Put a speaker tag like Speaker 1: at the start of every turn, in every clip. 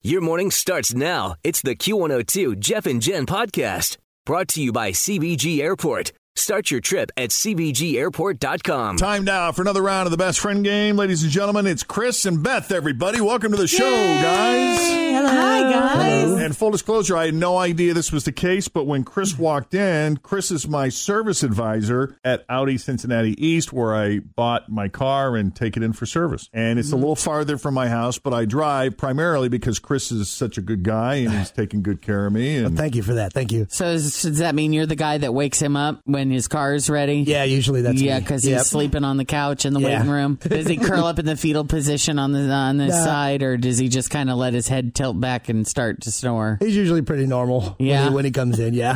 Speaker 1: Your morning starts now. It's the Q102 Jeff and Jen podcast brought to you by CBG Airport. Start your trip at CBGAirport.com.
Speaker 2: Time now for another round of the best friend game, ladies and gentlemen. It's Chris and Beth, everybody. Welcome to the show, guys.
Speaker 3: Hi, guys.
Speaker 2: And full disclosure, I had no idea this was the case, but when Chris walked in, Chris is my service advisor at Audi Cincinnati East, where I bought my car and take it in for service. And it's a little farther from my house, but I drive primarily because Chris is such a good guy and he's taking good care of me. And
Speaker 4: Thank you for that. Thank you.
Speaker 3: So is, does that mean you're the guy that wakes him up when his car is ready?
Speaker 4: Yeah, usually that's
Speaker 3: yeah,
Speaker 4: me.
Speaker 3: because
Speaker 4: Yep.
Speaker 3: he's sleeping on the couch in the
Speaker 4: Yeah.
Speaker 3: waiting room. Does he curl up in the fetal position on the on his side, or does he just kind of let his head tilt back and start to snore?
Speaker 4: He's usually pretty normal. when
Speaker 3: Yeah.
Speaker 4: he- when he comes in. Yeah,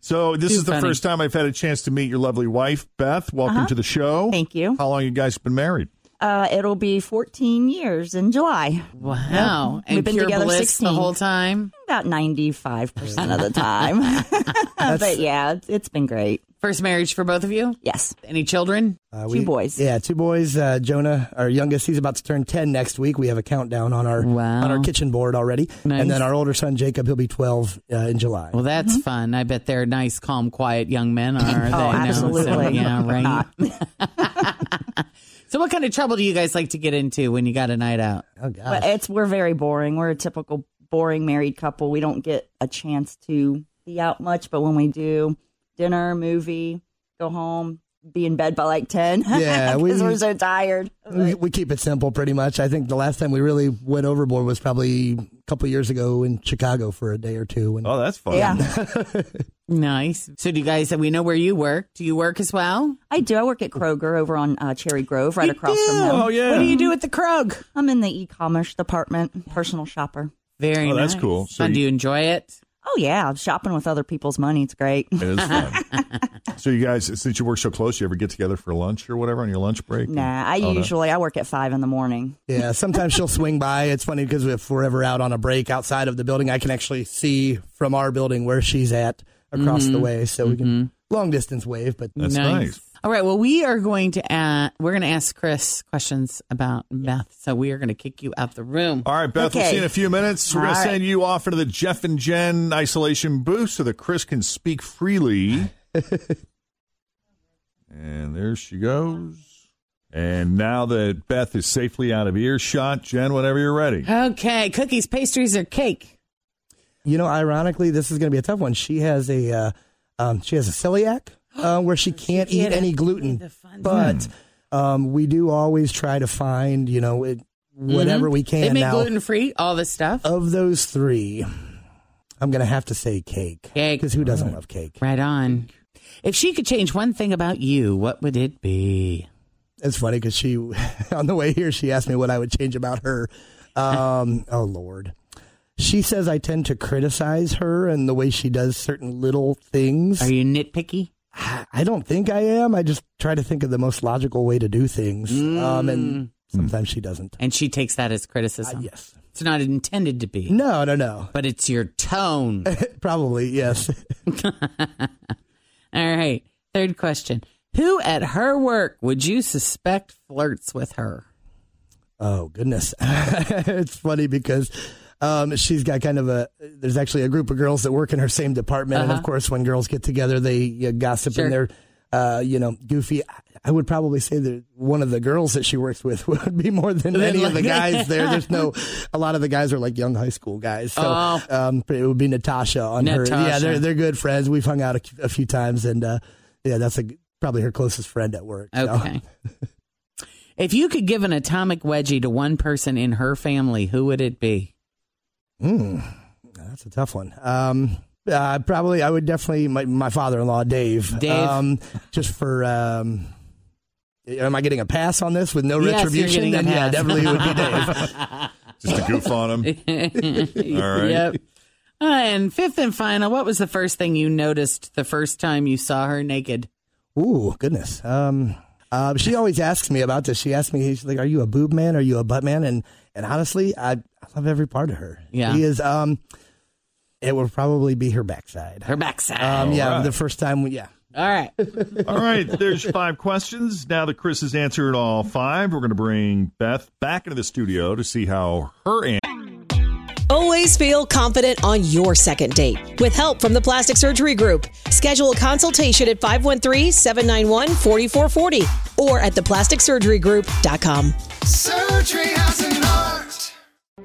Speaker 2: so this is the
Speaker 3: funny.
Speaker 2: first time I've had a chance to meet your lovely wife, Beth. Welcome to the show.
Speaker 5: Thank you.
Speaker 2: How long you guys been married?
Speaker 5: Uh, it'll be 14 years in July,
Speaker 3: Wow, and
Speaker 5: We've been
Speaker 3: pure
Speaker 5: together
Speaker 3: bliss
Speaker 5: 16.
Speaker 3: the whole time.
Speaker 5: about 95% of the time. but yeah, it's, it's been great.
Speaker 3: First marriage for both of you.
Speaker 5: Yes.
Speaker 3: Any children?
Speaker 4: Uh,
Speaker 5: Two boys.
Speaker 4: Yeah, two boys. Uh, Jonah, our youngest, he's about to turn ten next week. We have a countdown on our
Speaker 3: Wow.
Speaker 4: on our kitchen board already,
Speaker 3: Nice.
Speaker 4: and then our older son Jacob, he'll be twelve uh, in July.
Speaker 3: Well, that's fun. I bet they're nice, calm, quiet young men, are they?
Speaker 5: Mm-hmm.
Speaker 3: No,
Speaker 5: Oh,
Speaker 3: so,
Speaker 5: absolutely.
Speaker 3: yeah, right.
Speaker 5: Not.
Speaker 3: so, what kind of trouble do you guys like to get into when you got a night out?
Speaker 4: Oh gosh.
Speaker 5: But it's, we're very boring. We're a typical boring married couple. We don't get a chance to be out much, but when we do, dinner, movie, go home, be in bed by like 10.
Speaker 4: Yeah, we-
Speaker 5: Because we, are so tired.
Speaker 4: we, we keep it simple pretty much. I think the last time we really went overboard was probably a couple of years ago in Chicago for a day or two. And
Speaker 2: Oh, that's fun.
Speaker 5: Yeah.
Speaker 3: Nice. So, do you guys? We know where you work. Do you work as well?
Speaker 5: I do. I work at Kroger over on uh, Cherry Grove, right across from them.
Speaker 2: Oh, yeah.
Speaker 3: What do you do at the Krug?
Speaker 5: I'm in the e-commerce department, personal shopper.
Speaker 3: Very.
Speaker 2: Oh, that's
Speaker 3: nice.
Speaker 2: cool. So
Speaker 3: Fun. Uh, do
Speaker 2: you-
Speaker 3: you enjoy it?
Speaker 5: Oh yeah, shopping with other people's money. It's great.
Speaker 2: It is fun. so you guys, since you work so close, you ever get together for lunch or whatever on your lunch break?
Speaker 5: Nah, I
Speaker 2: Oh, no.
Speaker 5: usually I work at five in the morning.
Speaker 4: yeah, sometimes she'll swing by. It's funny because if we're ever out on a break outside of the building, I can actually see from our building where she's at across the way, so we can long distance wave. But
Speaker 2: That's nice.
Speaker 3: All right. Well, we are going to uh, we're going to ask Chris questions about Beth. So we are going to kick you out the room.
Speaker 2: All right, Beth, we'll
Speaker 5: Okay.
Speaker 2: see you in a few minutes. We're going to
Speaker 5: All right.
Speaker 2: send you off into the Jeff and Jen isolation booth so that Chris can speak freely. and there she goes. And now that Beth is safely out of earshot, Jen, whenever you're ready.
Speaker 3: Okay. Cookies, pastries, or cake.
Speaker 4: You know, ironically, this is going to be a tough one. She has a uh, um, she has a celiac uh, where she can't eat any gluten, but um, we do always try to find you know it, whatever we can.
Speaker 3: They make
Speaker 4: now,
Speaker 3: gluten free. All this stuff.
Speaker 4: of those three, I'm going to have to say cake.
Speaker 3: Cake.
Speaker 4: because who doesn't love cake?
Speaker 3: Right on. If she could change one thing about you, what would it be?
Speaker 4: It's funny because she on the way here she asked me what I would change about her. Um, oh Lord. She says I tend to criticize her and the way she does certain little things.
Speaker 3: Are you nitpicky?
Speaker 4: I don't think I am. I just try to think of the most logical way to do things. Um, and sometimes she doesn't.
Speaker 3: And she takes that as criticism.
Speaker 4: Yes.
Speaker 3: It's not intended to be,
Speaker 4: No, no, no.
Speaker 3: but it's your tone.
Speaker 4: Probably, yes.
Speaker 3: All right. Third question. Who at her work would you suspect flirts with her?
Speaker 4: Oh, goodness. it's funny because um, she's got kind of a, there's actually a group of girls that work in her same department. And of course, when girls get together, they you know, gossip
Speaker 3: Uh-huh. Sure.
Speaker 4: and they're, uh, you know, goofy. I would probably say that one of the girls that she works with would be more than any of the guys there. There's no, a lot of the guys are like young high school guys. So
Speaker 3: Oh.
Speaker 4: um, it would be Natasha on her. Yeah,
Speaker 3: Natasha.
Speaker 4: they're, they're good friends. We've hung out a, a few times and, uh, yeah, that's a, probably her closest friend at work. so.
Speaker 3: Okay. if you could give an atomic wedgie to one person in her family, who would it be?
Speaker 4: That's a tough one. Um, uh, probably, I would definitely my, my father-in-law Dave.
Speaker 3: Dave.
Speaker 4: um, just for. Um, am I getting a pass on this with no
Speaker 3: Yes, you're
Speaker 4: retribution?
Speaker 3: getting a
Speaker 4: Then, yeah,
Speaker 3: pass.
Speaker 4: definitely would be Dave.
Speaker 2: Just to goof on him. right.
Speaker 3: Yep. Uh, and fifth and final, what was the first thing you noticed the first time you saw her naked?
Speaker 4: Ooh, goodness. Um, uh, she always asks me about this. She asked me, she's like, "Are you a boob man? Are you a butt man?" And and honestly, I, I love every part of her.
Speaker 3: Yeah.
Speaker 4: she is. Um, it will probably be her backside.
Speaker 3: Her backside.
Speaker 4: Um, yeah,
Speaker 2: right.
Speaker 4: the first time. we- Yeah,
Speaker 3: All right.
Speaker 2: All right, there's five questions. Now that Chris has answered all five, we're going to bring Beth back into the studio to see how her answer.
Speaker 6: Always feel confident on your second date. With help from the Plastic Surgery Group, schedule a consultation at 513 791 4440 or at theplasticsurgerygroup.com.
Speaker 7: Surgery has an art.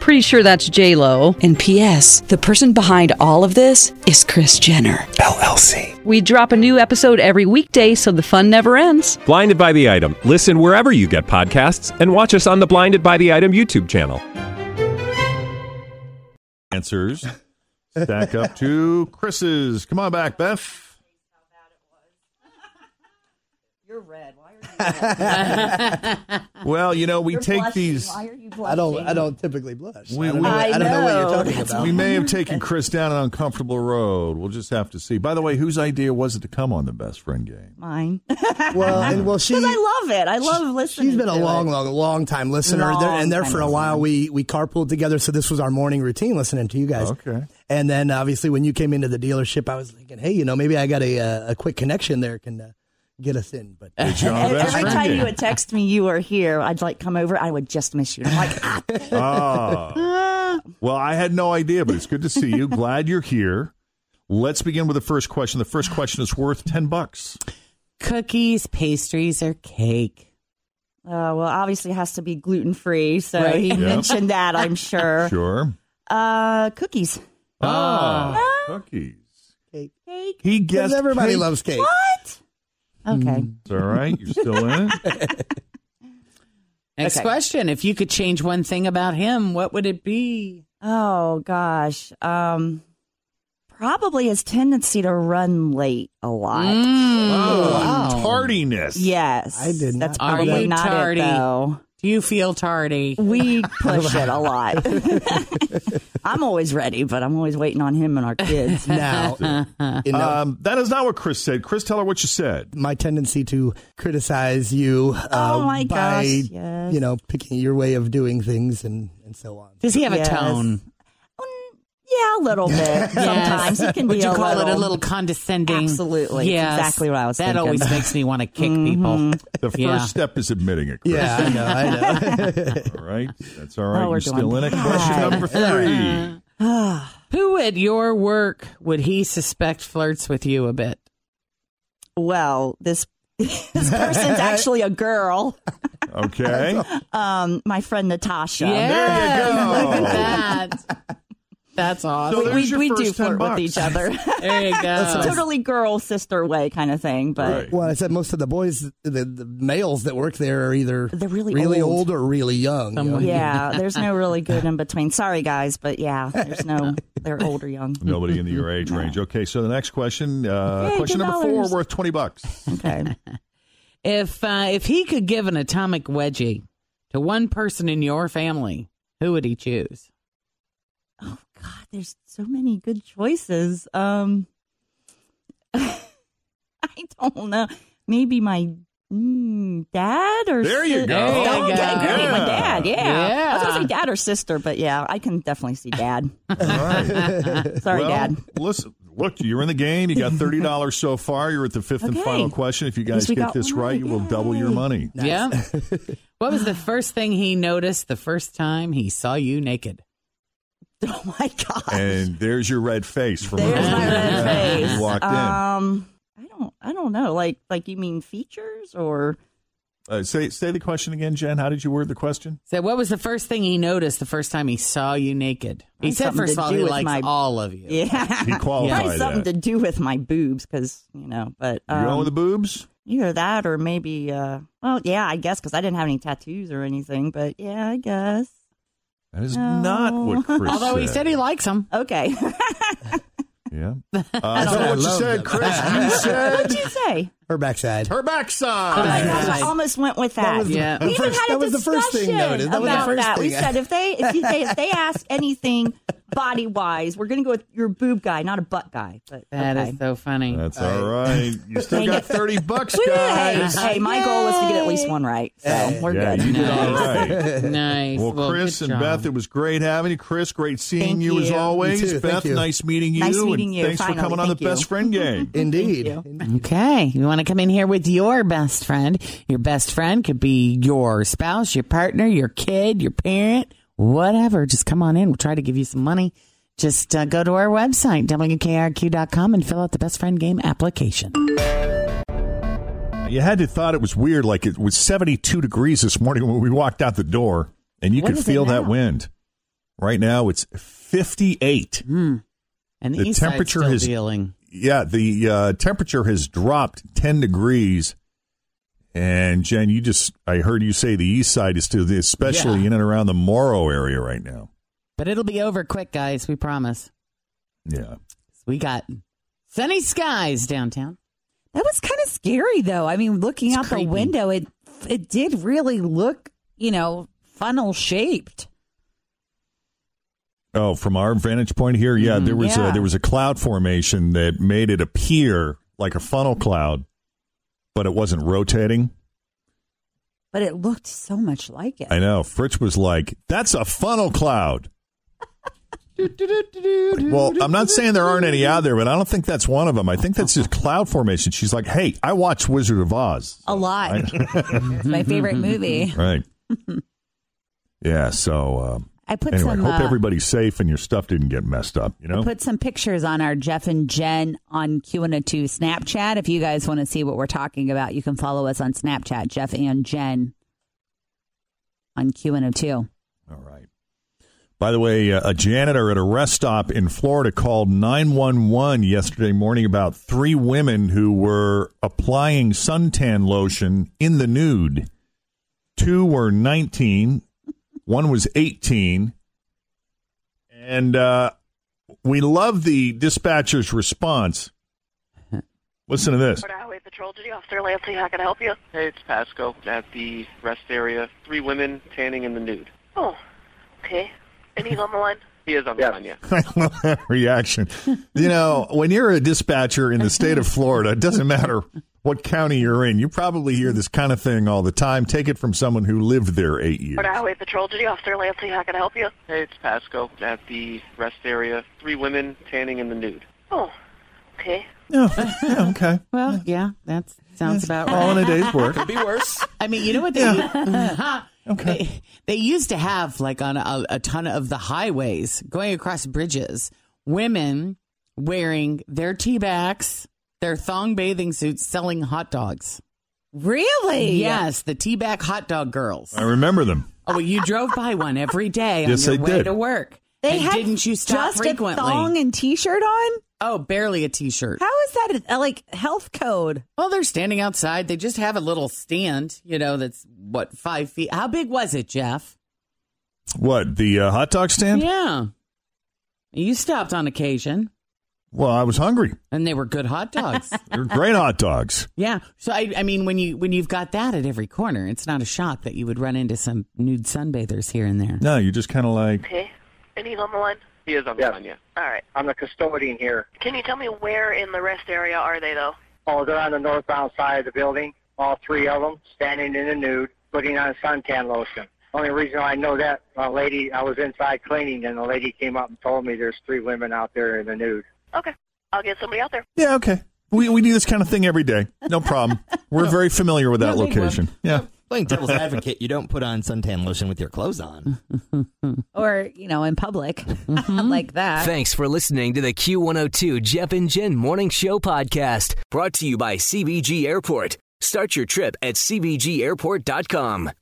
Speaker 8: Pretty sure that's J Lo.
Speaker 6: And P.S. The person behind all of this is Chris Jenner.
Speaker 9: LLC.
Speaker 8: We drop a new episode every weekday, so the fun never ends.
Speaker 9: Blinded by the item. Listen wherever you get podcasts, and watch us on the Blinded by the Item YouTube channel.
Speaker 2: answers stack up to Chris's. Come on back, Beth.
Speaker 5: You're red. Why are you?
Speaker 2: Well, you know, we
Speaker 5: You're
Speaker 2: take
Speaker 5: blushing.
Speaker 2: these.
Speaker 5: Why are you
Speaker 4: I don't. I
Speaker 5: blushing?
Speaker 4: don't typically blush.
Speaker 2: We-
Speaker 4: I don't,
Speaker 2: we-
Speaker 4: know, I don't know what
Speaker 5: I
Speaker 4: you're talking
Speaker 5: know.
Speaker 4: about.
Speaker 2: We may have taken Chris down an uncomfortable road. We'll just have to see. By the way, whose idea was it to come on the best friend game?
Speaker 5: Mine.
Speaker 4: well, and well, she.
Speaker 5: Uh-huh. I love it. I love listening.
Speaker 4: She's been a
Speaker 5: to
Speaker 4: long,
Speaker 5: it.
Speaker 4: long, long time listener, there, and there
Speaker 5: Long
Speaker 4: for a
Speaker 5: time
Speaker 4: while we we carpooled together. So this was our morning routine listening to you guys.
Speaker 2: Okay.
Speaker 4: And then obviously when you came into the dealership, I was thinking, hey, you know, maybe I got a uh, a quick connection there can uh, get us in. But
Speaker 2: It's your own best
Speaker 5: Every
Speaker 2: friend
Speaker 5: time
Speaker 2: game.
Speaker 5: you would text me you were here, I'd like come over. I would just miss you. And I'm like, ah,
Speaker 2: Ah. Well, I had no idea, but it's good to see you. Glad you're here. Let's begin with the first question. The first question is worth 10 bucks.
Speaker 3: Cookies, pastries, or cake?
Speaker 5: oh, well, obviously it has to be gluten free. So
Speaker 3: Right.
Speaker 5: he
Speaker 3: Yeah.
Speaker 5: mentioned that, I'm sure.
Speaker 2: Sure.
Speaker 5: Uh, cookies.
Speaker 3: Oh.
Speaker 2: Ah, cookies.
Speaker 5: Cake.
Speaker 2: He
Speaker 4: because
Speaker 2: guessed
Speaker 4: everybody
Speaker 2: cake.
Speaker 4: loves cake.
Speaker 5: What? Okay.
Speaker 2: It's all right. You're still in it.
Speaker 3: Next
Speaker 5: Okay.
Speaker 3: question. If you could change one thing about him, what would it be?
Speaker 5: Oh gosh. Um probably his tendency to run late a lot.
Speaker 3: Mm.
Speaker 2: Oh, tardiness.
Speaker 5: Yes.
Speaker 4: I did
Speaker 5: That's
Speaker 3: not know
Speaker 5: probably
Speaker 3: that. Are you
Speaker 5: not
Speaker 3: tardy?
Speaker 5: it though.
Speaker 3: Do you feel tardy?
Speaker 5: We push it a lot. I'm always ready, but I'm always waiting on him and our kids.
Speaker 4: Now, you know,
Speaker 2: Um, that is not what Chris said. Chris, tell her what you said.
Speaker 4: my tendency to criticize you uh,
Speaker 5: Oh, my
Speaker 4: by
Speaker 5: gosh, yes.
Speaker 4: you know picking your way of doing things and and so on.
Speaker 3: Does he have
Speaker 5: Yes.
Speaker 3: a tone?
Speaker 5: Mm, Yeah, a little bit. Sometimes it can be
Speaker 3: Would you
Speaker 5: a
Speaker 3: call
Speaker 5: little.
Speaker 3: it a little condescending?
Speaker 5: Absolutely.
Speaker 3: Yes.
Speaker 5: Exactly what I was
Speaker 3: That
Speaker 5: thinking.
Speaker 3: always makes me want to kick people.
Speaker 2: The first
Speaker 3: Yeah.
Speaker 2: step is admitting it, Chris.
Speaker 4: Yeah, I know. I know.
Speaker 2: All right. That's all right.
Speaker 5: Oh, we're
Speaker 2: You're still in
Speaker 5: doing
Speaker 2: it.
Speaker 5: bad.
Speaker 2: Question number three.
Speaker 3: Who at your work would he suspect flirts with you a bit?
Speaker 5: well, this this person's actually a girl.
Speaker 2: Okay.
Speaker 5: Um, my friend Natasha.
Speaker 2: There you go.
Speaker 3: Look at that. That's
Speaker 2: So
Speaker 3: awesome.
Speaker 2: there's
Speaker 5: we
Speaker 2: your
Speaker 5: we do
Speaker 2: first 10
Speaker 5: flirt with
Speaker 2: bucks.
Speaker 5: each other.
Speaker 3: there you go.
Speaker 5: totally girl sister way kind of thing, but
Speaker 2: Right.
Speaker 4: Well, I said most of the boys, the, the males that work there are either
Speaker 5: They're really
Speaker 4: old.
Speaker 5: old.
Speaker 4: or really young. you know?
Speaker 3: Someone-
Speaker 5: yeah, there's no really good in between. Sorry guys, but yeah, there's no they're old or young.
Speaker 2: Nobody in your age range. Okay. So the next question, uh,
Speaker 5: Yay,
Speaker 2: question number four,
Speaker 5: $10.
Speaker 2: worth 20 bucks.
Speaker 5: Okay.
Speaker 3: If uh, if he could give an atomic wedgie to one person in your family, who would he choose?
Speaker 5: Oh god, there's so many good choices. Um I don't know. Maybe my mm, dad or
Speaker 2: There you
Speaker 5: si-
Speaker 2: go.
Speaker 3: There you
Speaker 5: Oh, okay,
Speaker 3: go.
Speaker 5: great, my
Speaker 2: Yeah.
Speaker 5: dad. Yeah. I was
Speaker 3: Yeah.
Speaker 5: gonna say dad or sister, but yeah, I can definitely see dad.
Speaker 2: All right.
Speaker 5: Sorry,
Speaker 2: well,
Speaker 5: dad.
Speaker 2: Listen, look, you're in the game. You got $30 so far. You're at the fifth and
Speaker 5: Okay.
Speaker 2: final question. If you
Speaker 5: least
Speaker 2: guys
Speaker 5: we
Speaker 2: get
Speaker 5: got
Speaker 2: this
Speaker 5: one
Speaker 2: right,
Speaker 5: right.
Speaker 2: you will double your
Speaker 5: Yay.
Speaker 2: money.
Speaker 3: Yeah. what was the first thing he noticed the first time he saw you naked?
Speaker 5: Oh my god.
Speaker 2: And there's your red face from
Speaker 5: There's
Speaker 2: earlier.
Speaker 5: my red
Speaker 2: Yeah,
Speaker 5: face.
Speaker 2: You walked in.
Speaker 5: Um, I don't, I don't know. Like, like you mean features or?
Speaker 2: Uh, say say the question again, Jen. How did you word the question?
Speaker 3: So what was the first thing he noticed the first time he saw you naked? He
Speaker 5: Probably
Speaker 3: said,
Speaker 5: something
Speaker 3: first of
Speaker 5: to
Speaker 3: all,
Speaker 5: do
Speaker 3: he
Speaker 5: with
Speaker 3: likes
Speaker 5: my-
Speaker 3: all of you.
Speaker 5: Yeah,
Speaker 2: He qualified
Speaker 5: probably something
Speaker 2: that.
Speaker 5: to do with my boobs because you know. But
Speaker 2: you going
Speaker 5: um,
Speaker 2: with the boobs?
Speaker 5: Either that or maybe, uh, well, yeah, I guess because I didn't have any tattoos or anything, but yeah, I guess.
Speaker 2: That is
Speaker 5: No.
Speaker 2: not what Chris
Speaker 3: Although he said he likes them.
Speaker 5: Okay.
Speaker 2: Yeah. Uh, I don't
Speaker 4: I
Speaker 2: know what you
Speaker 4: love
Speaker 2: said,
Speaker 4: that.
Speaker 2: Chris. You
Speaker 5: what
Speaker 2: said
Speaker 5: did you say?
Speaker 4: Her backside.
Speaker 2: her
Speaker 5: Oh my
Speaker 2: backside.
Speaker 5: gosh, I almost went with that.
Speaker 4: was the-
Speaker 3: Yeah.
Speaker 4: the
Speaker 5: We even
Speaker 4: first-
Speaker 5: had a
Speaker 4: that was the first thing
Speaker 5: discussion
Speaker 4: noted. That was the
Speaker 5: about
Speaker 4: first
Speaker 5: that. We
Speaker 4: thing.
Speaker 5: said if they if, you, they if they ask anything body wise, we're gonna go with your boob guy, not a butt guy. But
Speaker 3: That is
Speaker 5: okay.
Speaker 3: so funny.
Speaker 2: That's all right. You still
Speaker 5: Dang
Speaker 2: got
Speaker 5: it.
Speaker 2: 30 bucks,
Speaker 5: Woo! hey,
Speaker 2: guys.
Speaker 5: hey, my goal was to get at least one right, so we're
Speaker 2: Yeah,
Speaker 5: good.
Speaker 2: you did all right.
Speaker 3: nice.
Speaker 2: Well, Chris
Speaker 3: good
Speaker 2: and
Speaker 3: job.
Speaker 2: Beth, it was great having you. Chris, great seeing
Speaker 5: Thank
Speaker 2: you, as
Speaker 5: you.
Speaker 2: always.
Speaker 4: You too. Thank
Speaker 2: Beth,
Speaker 4: you.
Speaker 2: nice meeting you.
Speaker 5: Nice meeting
Speaker 2: and
Speaker 5: you.
Speaker 2: Thanks
Speaker 5: Finally.
Speaker 2: for coming on
Speaker 5: Thank
Speaker 2: the
Speaker 5: you.
Speaker 2: best friend game.
Speaker 4: Indeed.
Speaker 5: Thank
Speaker 3: Okay, you want to come in here with your best friend. Your best friend could be your spouse, your partner, your kid, your parent, whatever. Just come on in. We'll try to give you some money. Just uh, go to our website, wkrq.com, and fill out the best friend game application.
Speaker 2: You had to thought it was weird, like it was 72 degrees this morning when we walked out the door, and you
Speaker 3: What
Speaker 2: could
Speaker 3: is it
Speaker 2: feel that
Speaker 3: now?
Speaker 2: wind. Right now, it's 58.
Speaker 3: And the,
Speaker 2: The
Speaker 3: east side's
Speaker 2: temperature
Speaker 3: still
Speaker 2: has-
Speaker 3: dealing.
Speaker 2: Yeah, the uh, temperature has dropped 10 degrees. And Jen, you just, I heard you say the east side is to the, especially
Speaker 3: Yeah.
Speaker 2: in and around the Morrow area right now.
Speaker 3: But it'll be over quick, guys. We promise.
Speaker 2: Yeah.
Speaker 3: We got sunny skies downtown.
Speaker 10: That was kind of scary, though. I mean, looking
Speaker 3: It's
Speaker 10: out
Speaker 3: creepy.
Speaker 10: the window, it it did really look, you know, funnel shaped.
Speaker 2: Oh, from our vantage point here, yeah,
Speaker 3: Mm-hmm.
Speaker 2: there was
Speaker 10: Yeah.
Speaker 2: a there was a cloud formation that made it appear like a funnel cloud, but it wasn't rotating.
Speaker 10: But it looked so much like it.
Speaker 2: I know. Fritz was like, "That's a funnel cloud." well, I'm not saying there aren't any out there, but I don't think that's one of them. I think that's just cloud formation. She's like, "Hey, I watch Wizard of Oz."
Speaker 10: A lot. it's my favorite movie.
Speaker 2: Right. yeah. So uh,
Speaker 10: I put
Speaker 2: anyway,
Speaker 10: some.
Speaker 2: hope
Speaker 10: uh,
Speaker 2: everybody's safe and your stuff didn't get messed up. You know.
Speaker 10: Put some pictures on our Jeff and Jen on QA2 Snapchat. If you guys want to see what we're talking about, you can follow us on Snapchat, Jeff and Jen on oh QA2.
Speaker 2: All right. By the way, uh, a janitor at a rest stop in Florida called 911 yesterday morning about three women who were applying suntan lotion in the nude. Two were 19, one was 18. And uh, we love the dispatcher's response. Listen to this.
Speaker 7: Highway Patrol Duty Officer Lancey, how can I help you?
Speaker 11: Hey, it's Pasco at the rest area. Three women tanning in the nude.
Speaker 7: Oh, okay. And he's on the line.
Speaker 11: He is on the line, yeah.
Speaker 2: I love that reaction. You know, when you're a dispatcher in the state of Florida, it doesn't matter what county you're in. You probably hear this kind of thing all the time. Take it from someone who lived there eight years.
Speaker 7: Florida Highway Patrol Duty Officer Lancey, how can I help you?
Speaker 11: Hey, it's Pasco at the rest area. Three women tanning in the nude.
Speaker 7: Oh, okay.
Speaker 2: Yeah, Oh, yeah, okay.
Speaker 3: Well, yeah, that sounds about right.
Speaker 2: All in a day's work.
Speaker 11: Be worse.
Speaker 3: I mean, you know what they they, they used to have like on a, a ton of the highways going across bridges, women wearing their tea bags, their thong bathing suits, selling hot dogs.
Speaker 10: Really?
Speaker 3: Yes, the tea bag hot dog girls.
Speaker 2: I remember them.
Speaker 3: Oh, well, you drove by one every day on
Speaker 2: Yes,
Speaker 3: your
Speaker 2: I
Speaker 3: way
Speaker 2: did.
Speaker 3: to work.
Speaker 10: They
Speaker 3: And
Speaker 10: had
Speaker 3: didn't you stop
Speaker 10: just
Speaker 3: frequently?
Speaker 10: a thong and t-shirt on.
Speaker 3: oh, barely a t-shirt.
Speaker 10: How is that a, like health code?
Speaker 3: Well, they're standing outside. They just have a little stand, you know, that's what five feet. How big was it, Jeff?
Speaker 2: What, the uh, hot dog stand?
Speaker 3: Yeah. You stopped on occasion,
Speaker 2: Well, I was hungry.
Speaker 3: and they were good hot dogs.
Speaker 2: They're great hot dogs.
Speaker 3: yeah. So I, I mean, when you when you've got that at every corner, it's not a shock that you would run into some nude sunbathers here and there.
Speaker 2: No, you're just kind of like,
Speaker 7: Okay. And he's on the line.
Speaker 11: He is on the line, yeah.
Speaker 7: All right.
Speaker 11: I'm the custodian here.
Speaker 7: Can you tell me where in the rest area are they, though?
Speaker 11: Oh, they're on the northbound side of the building. All three of them standing in the nude, putting on suntan lotion. Only reason I know that, a lady, I was inside cleaning, and the lady came up and told me there's three women out there in the nude.
Speaker 7: Okay. I'll get somebody out there.
Speaker 2: yeah, okay. We, we do this kind of thing every day. No problem. We're very familiar with that
Speaker 3: No big
Speaker 2: location. Yeah.
Speaker 12: Playing devil's advocate, you don't put on suntan lotion with your clothes on.
Speaker 10: Or, you know, in public
Speaker 3: Mm-hmm.
Speaker 10: like that.
Speaker 1: Thanks for listening to the Q102 Jeff and Jen Morning Show podcast, brought to you by CBG Airport. Start your trip at CBGAirport.com.